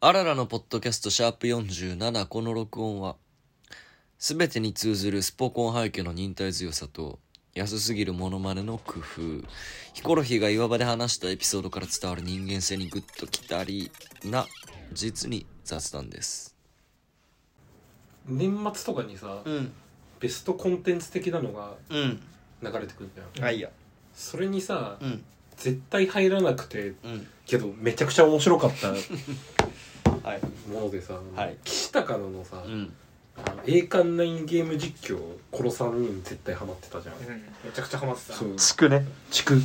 あららのポッドキャストシャープ47この録音は全てに通ずるスポコン背景の忍耐強さと安すぎるモノマネの工夫ヒコロヒーが岩場で話したエピソードから伝わる人間性にグッときたりな実に雑談です年末とかにさ、うんベストコンテンツ的なのがうん流れてくるじゃんはいよそれにさ、うん絶対入らなくてうんけどめちゃくちゃ面白かったはいものでさ、はい岸高野のさ、うんあの栄冠ナインゲーム実況この3人絶対ハマってたじゃん、めちゃくちゃハマってたそう地区ね 地区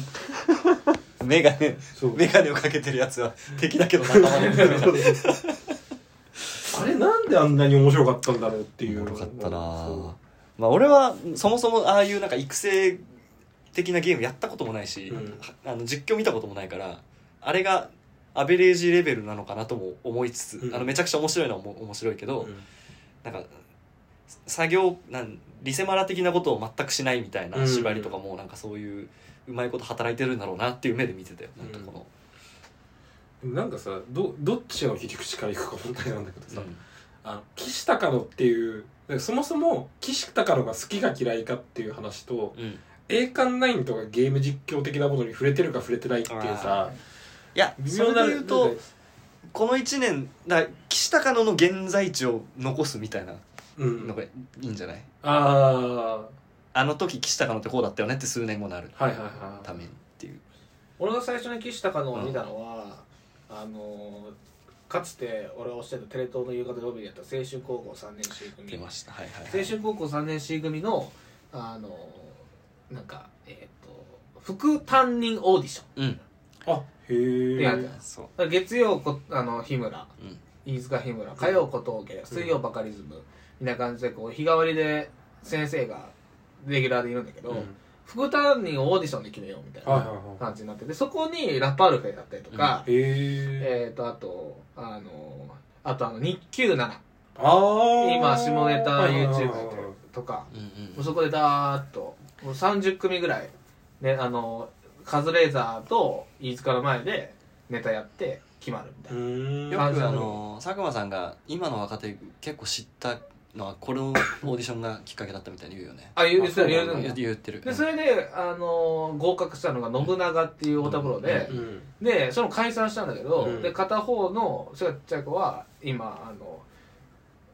メガネ そうメガネをかけてるやつは敵だけど仲間であれなんであんなに面白かったんだろうっていうおもろかったなそぁまあ俺はそもそもああいうなんか育成的なゲームやったこともないし、うんあの実況見たこともないからあれがアベレージレベルなのかなとも思いつつ、うんあのめちゃくちゃ面白いのはも面白いけど、ううんなんか作業なんリセマラ的なことを全くしないみたいな縛りとかもなんかそういううまいこと働いてるんだろうなっていう目で見てたよ、なんかこの、なんかさどどっちの切り口からいくか問題なんだけどさ、うんあの岸高野っていうそもそも岸高野が好きか嫌いかっていう話とうん、い栄冠ナインとかゲーム実況的なものに触れてるか触れてないっていうさや微そ妙れなで言うとこの1年だから岸高野の現在地を残すみたいなうんのがいいんじゃない、ああの時岸高野ってこうだったよねって数年後になるあーはいはいはいためにっていう俺が最初に岸高野を見たのは、あのーかつて俺がおっしゃったテレ東の夕方ロビーでやった青春高校3年 C 組出ま青したはいはい、はい、春高校3年 C 組のあのーなんかえっ、と副担任オーディションうんあへでやるえそうだから月曜こあの日村うん飯塚日村火曜小峠水曜バカリズムみたいな感じでこう日替わりで先生がレギュラーでいるんだけど、副担任をオーディションで決めようみたいはいはいなは感じになっててそこにラパルフェだったりとか、いへええー、とあとあのあとあの日給7ああ今下ネタ YouTube やっててるとかうんもうそこでダーッともう30組ぐらい、ね、あのカズレーザーと飯塚の前でネタやって決まるみたいな。うんよ感じくなあのの佐久間さんが今の若手結構知ったのはこのオーディションがきっかけだったみたいに言うよねあ言うあそう言うなの言言う言ってるでそれで、あのー合格したのが信長っていう太田プロで、うんでその解散したんだけど、うんで片方のそれがちっちゃい子は今あの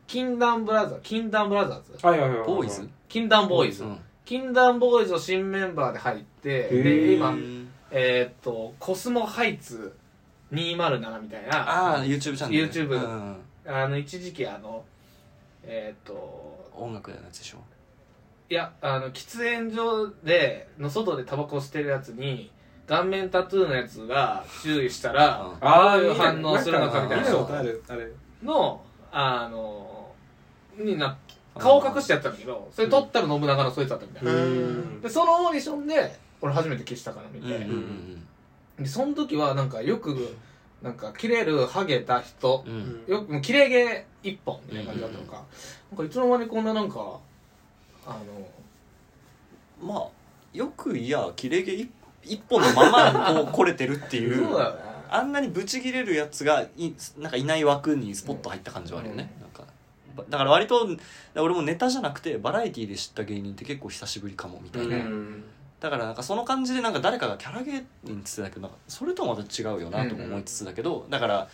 禁断ブラザー禁断ブラザーズはいはいはいはいボーイズ禁断ボーイズ、うん禁断ボーイズの新メンバーで入ってへーでう今んえーっとコスモハイツ207みたいなああ YouTube チャンネル YouTube うんあの一時期あのえーっと音楽のやつでしょいやあの喫煙所での外でタバコ吸ってるやつに顔面タトゥーのやつが注意したらうんどういう反応するのかかみみたいたいなな見ことあるあれのあのにな顔隠してやったんだけどそれ撮ったら信長のそいつだったみたいな、うんでそのオーディションで俺初めて消したから見うんて、うんうんでその時はなんかよくなんか切れるハゲた人うんうんよくもう切れ毛一本みたいな感じだったのか,、なんかいつの間にこんななんかあのまあよくいや切れ毛一一本のままこう来れてるってそいううだよねあんなにブチ切れるやつがいなんかいない枠にスポッと入った感じはあるよね、なんかばだから割と俺もネタじゃなくてバラエティで知った芸人って結構久しぶりかもみたいな、うんだからなんかその感じでなんか誰かがキャラ芸人っつってたけどなんかそれとはまた違うよなとも思いつつだけど、だから、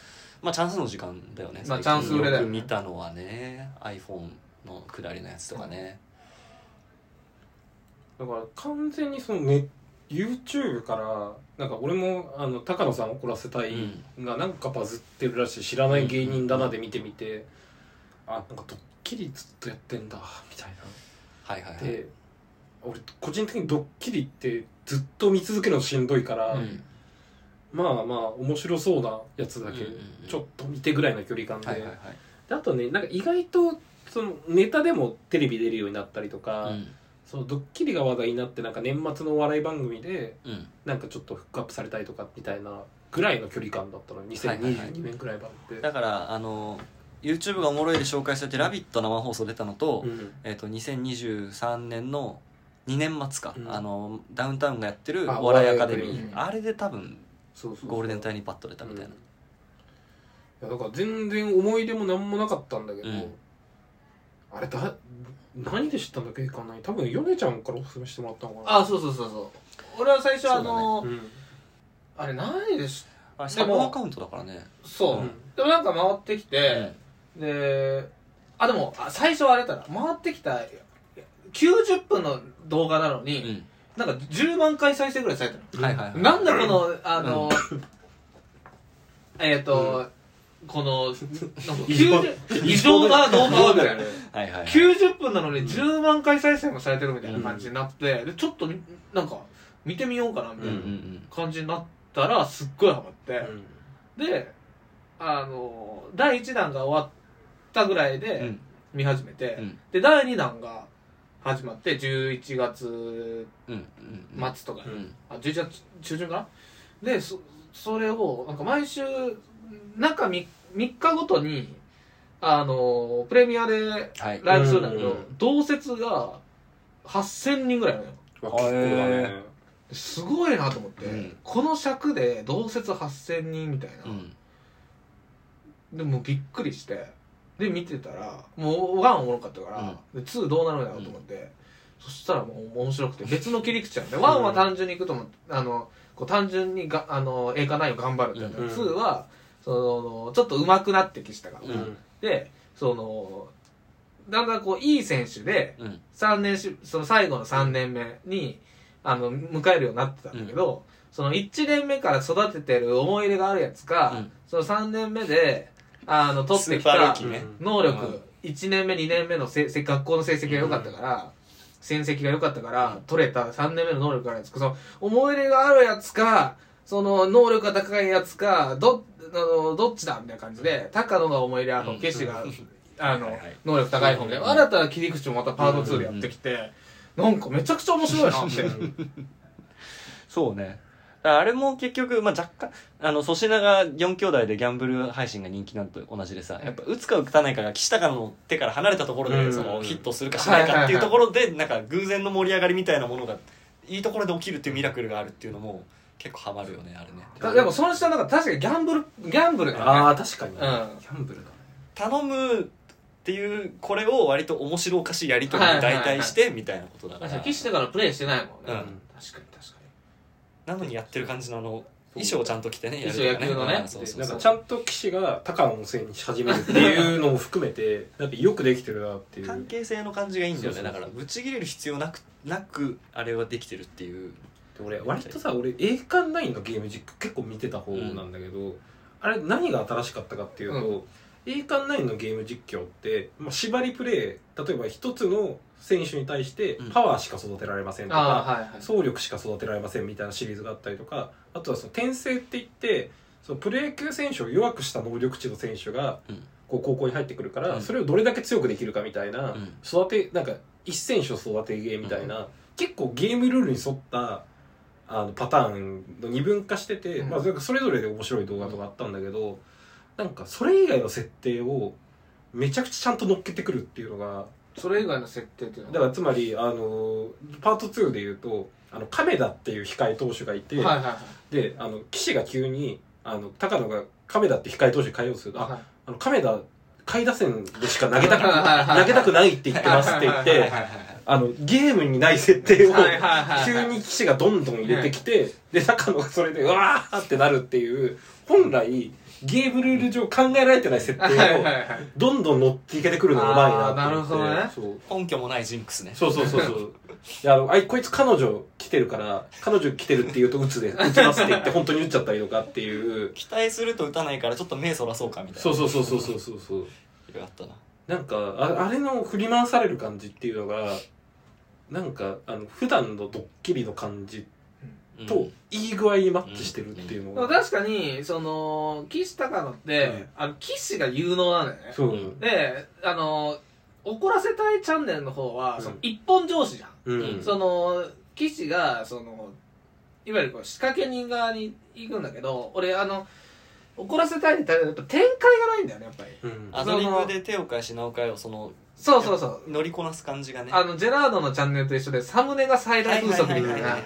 まあ、チャンスの時間だよね、まあ最近チャンス売れだよねよく見たのはね iPhone のくだりのやつとかね、だから完全にそのね YouTube からなんか俺もあの高野さんを怒らせたいがなんかバズってるらしい知らない芸人だなで見てみてあなんかドッキリずっとやってんだみたいはいはいはないで俺個人的にドッキリってずっと見続けるのしんどいから、うんまあまあ面白そうなやつだけうんうんうんちょっと見てぐらいの距離感で,、はいはいはいであとねなんか意外とそのネタでもテレビ出るようになったりとか、うんそのドッキリが話題になってなんか年末のお笑い番組でうんなんかちょっとフックアップされたりとかみたいなぐらいの距離感だったの2022年ぐらいまで、だからあの YouTube がおもろいで紹介されて「ラビット!」生放送出たのと,、うんえっと2023年の2年末か、うんあのダウンタウンがやってるあお笑いアカデミお笑いアカーデミあれで多分そうそうそうゴールデンタイにパッと出たみたいな、うんやだから全然思い出も何もなかったんだけど、うんあれだ何で知ったんだっけかな多分米ちゃんからおすすめしてもらったのかなあそうそうそうそう俺は最初あの、うんあれ何でしあれサブアカウントだからねそう、うんでもなんか回ってきて、であでもあ最初はあれだな回ってきた90分の動画なのうに、んなんか10万回再生ぐらいされたのはいはいはいなんだこの、あの、えっ、と、この、90異常な動画はみたいな。はいはい90分なのに10万回再生もされてるみたいな感じになって、でちょっとみ、なんか、見てみようかな、みうんたういんうなん感じになったら、すっごいハマって。うんで、あの、第1弾が終わったぐらいうでん見始めて、うんで、第2弾が始まって、11月うんうんうん末とかにうんあ11月中旬かなでそそれをなんか毎週中 3, 3日ごとにあのプレミアではいライブするんだけど、うんうん同説が8000人ぐらいなのよまあ結構だねへすごいなと思って、うんこの尺で同説8000人みたいな、うんでもうびっくりしてで見てたらもう1おもろかったから、で2どうなるんだろうと思って、そしたらもう面白く て別の切り口なんで1は単純にいくとも、あのこう単純にがあの映画内容頑張るみたいな、うん2はそのちょっと上手くなってきしたから、うんでそのだんだんこういい選手でうん三年しその最後の3年目に、あの迎えるようになってたんだけど、その1年目から育ててる思い入れがあるやつか、うんその3年目であの取ってきスーパールたーキーね能力、うん1年目2年目のせせ学校の成績が良かったから、戦績が良かったから取れた3年目の能力があるやつかその思い入れがあるやつかその能力が高いやつかどあのどっちだみたいな感じで高野が思い入れあるう方んケシが、あのはいはい能力高い方みたいな新たな切り口もまたパート2でやってきて、なんかめちゃくちゃ面白いなって。そうねだからあれも結局、まあ、若干あの粗品が4兄弟でギャンブル配信が人気なんと同じでさやっぱ打つか打たないかが岸高の手から離れたところうでんそのヒットするかしないかっていうところでなんか偶然の盛り上がりみたいなものがいいところで起きるっていうミラクルがあるっていうのも結構ハマるよねあれねだ でもその人はなんか確かにギャンブルギャンブルだよねああ確かに、うんキャンブルだね頼むっていうこれを割と面白おかしいやり取りに代替してみたいなことだから、確かに岸だからプレイしてないもんね、うん確かに確かなのにやってる感じのあの衣装をちゃんと着てね衣装やるとか野球のねあそうでそうなんそかうちゃんと騎士が高野のせいにし始めるっていうのも含めて だってよくできてるなっていう関係性の感じがいいんだよねそうそうだそうからぶち切れる必要なくなくあれはできてるっていうで俺割とさ俺栄冠ナインのゲーム実況結構見てた方なんだけど、あれ何が新しかったかっていうと、栄冠ナインのゲーム実況って、まあ、縛りプレイ例えば一つの選手に対してうんパワーしか育てられませんにとか、ああはいはい総力しか育てられませんみたいなシリーズがあったりとかあとはその転生って言ってそのプロ野球選手を弱くした能力値の選手がうんこう高校に入ってくるから、うんそれをどれだけ強くできるかみたいな、うん育てなんか一選手を育てゲーみたいな、結構ゲームルールに沿ったあのパターンの二分化してて、うんまあ、なんかそれぞれで面白い動画とかあったんだけど、なんかそれ以外の設定をめちゃくちゃちゃんと乗っけてくるっていうのがそれ以外の設定っていうのだはからつまりあのパート2で言うとあの亀田っていう控え投手がいて、はいはいはいであの岸が急にあの高野が亀田って控え投手に変えようとすると、あはいあの亀田下位打線でしか投げたくはいはいはい投げたくないって言ってますって言っはいはていはあのゲームにない設定をはいはいはい急に騎士がどんどん入れてきてで中野がそれでうわーってなるっていう本来ゲームルール上考えられてない設定 はいはいはをいはいどんどん乗っていけてくるのがうまいなって思ってあーなるそう根拠もないジンクスねそうそうそうそう。いや、あの、あい、こいつ彼女来てるから、彼女来てるって言うと、打つで、打ちますって言って、本当に打っちゃったりとかっていう。期待すると打たないからちょっと目そらそうかみたいなそうそうそうそうそうそうそいう。ろいろあったななんか、ああれの振り回される感じっていうのが、なんか、あの、普段のドッキリの感じうんと、いい具合にマッチしてるっていうのでもが。確かにその岸高野って、うんあの岸が有能なんだよねそう。であの怒らせたいチャンネルの方は、うんその一本上司じゃん、うん。その岸がそのいわゆるこう仕掛け人側に行くんだけど俺あの怒らせたいに対してやっぱ展開がないんだよねやっぱりうん。アドリブで手を返しなおかえをそのそうそうそう乗りこなす感じがねあのジェラードのチャンネルと一緒でサムネが最大風速みたいな感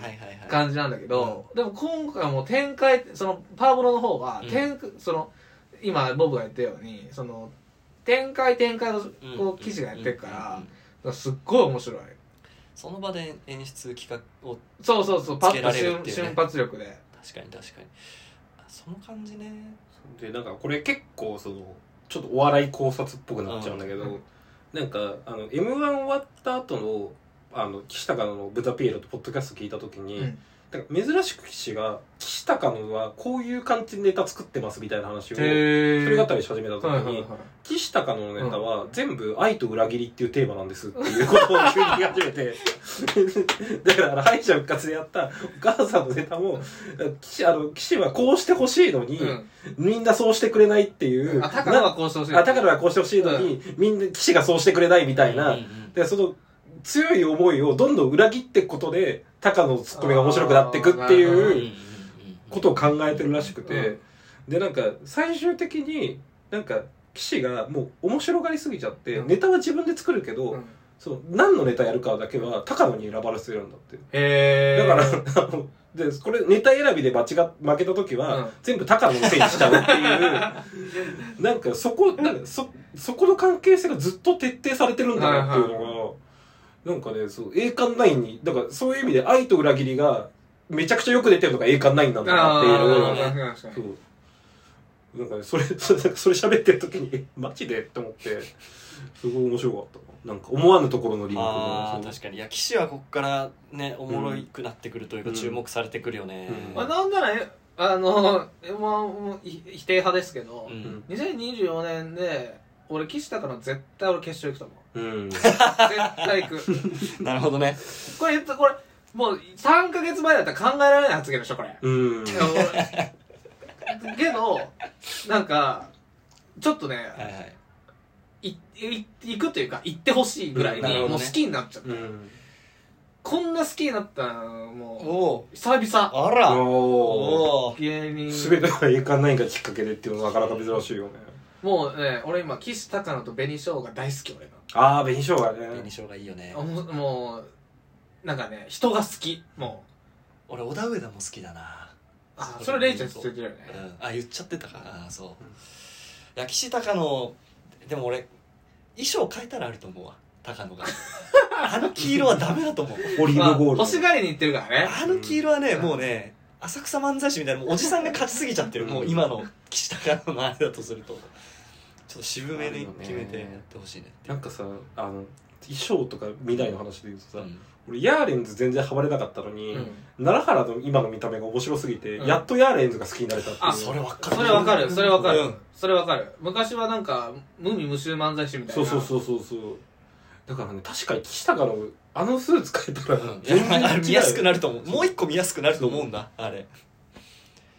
感じなんだけど、でも今回はもう展開そのパワーボロの方はうん展開、その今ボブが言ったようにその展開展開をこう記事がやってるからうんうんうんうんだからすっごい面白いその場で演出企画をそうそうそうパつけッらとれるっていうね瞬瞬発力で確かに確かにあその感じねでなんかこれ結構そのちょっとお笑い考察っぽくなっちゃうんだけど、うんなんかあの m 1終わった後のあの岸高のブダピエロとポッドキャスト聞いた時に、うんなんか珍しく岸が岸高のはこういう感じでネタ作ってますみたいな話を一へ人語りし始めた時に、はいはいはい岸高のネタは全部愛と裏切りっていうテーマなんですっていうことを急に言い始め てだからあの敗者復活でやったお母さんのネタも岸あの岸はこうしてほしいのに、うみんなそうしてくれないっていう。んあ高野なはこうしてほしいあ高野はこうしてほしいのに、みんな、騎士がそうしてくれないみたいな。うんうんで、その、強い思いをどんどん裏切っていくことで、高野のツッコミが面白くなっていくってあーなるほどうんうんいううんことを考えてるらしくて、うんで、なんか、最終的に、なんか、騎士がもう面白がりすぎちゃって、うんネタは自分で作るけど、うんその何のネタやるかだけは高野に選ばれてるんだって。へだえから、 あので、これネタ選びで間違っ負けた時は、うん全部高野のせいにしちゃうって いう、なんかそこ、なんかそ、そこの関係性がずっと徹底されてるんだなっていうのが、はなんかね、そう、栄冠ナインに、だからそういう意味で愛と裏切りがめちゃくちゃよく出てるのが栄冠ナインなんだなっていうあのあを、確かに確かそにう。なんかね、それ、 それそれ喋ってる時に、 えマジでって思って、すごい面白かった。なんか思わぬところのリンクあが。ーそう確かにいや騎士はここからねおもろういんくなってくるというかうん注目されてくるよねうんまあなんならえあのえまあもうい否定派ですけどうん2024年で俺岸高の絶対俺決勝行くと思ううん。絶対行くなるほどねこれ言ったこれもう3か月前だったら考えられない発言でしょこれ うん。俺けどなんかちょっとねはいはいいい行くというか行ってほしいぐらいなるにほどもうね好きになっちゃった、うん。こんな好きになったのもおおう久々あらおおお芸人すべてが栄冠ないがきっかけでっていうのはなかなか珍しいよね。もうね俺今岸高野と紅しょうが大好き俺がああ、紅生姜紅ね。しょうがいいよねあもうもうなんかね人が好きもう俺織田上田も好きだなあそうそれレイちゃんに言ってるよねうんあ言っちゃってたかなそういや岸高野でも俺衣装変えたらあると思うわ高 野があの黄色はダメだと思うオリまーあブゴールド。欲しがりに行ってるからねあの黄色はねもうね浅草漫才師みたいなもうおじさんが勝ちすぎちゃってるもう今の岸高野のあれだとするとちょっと渋めに決めてやってほしいねなんかさ、あの、衣装とか未来の話で言うとさ、うん俺、ヤーレンズ全然ハマれなかったのに、うん奈良原の今の見た目が面白すぎて、うんやっとヤーレンズが好きになれたっていう。あそれわかるそれわかるるそれわかる、うんそれわかる昔はなんか無味無臭漫才師みたいそなうそうそうそうそう。だからね、確かに岸高の、あのスーツ変えた いら、やあれ見やす違うくなると思うもう一個見やすくなると思うんだあれ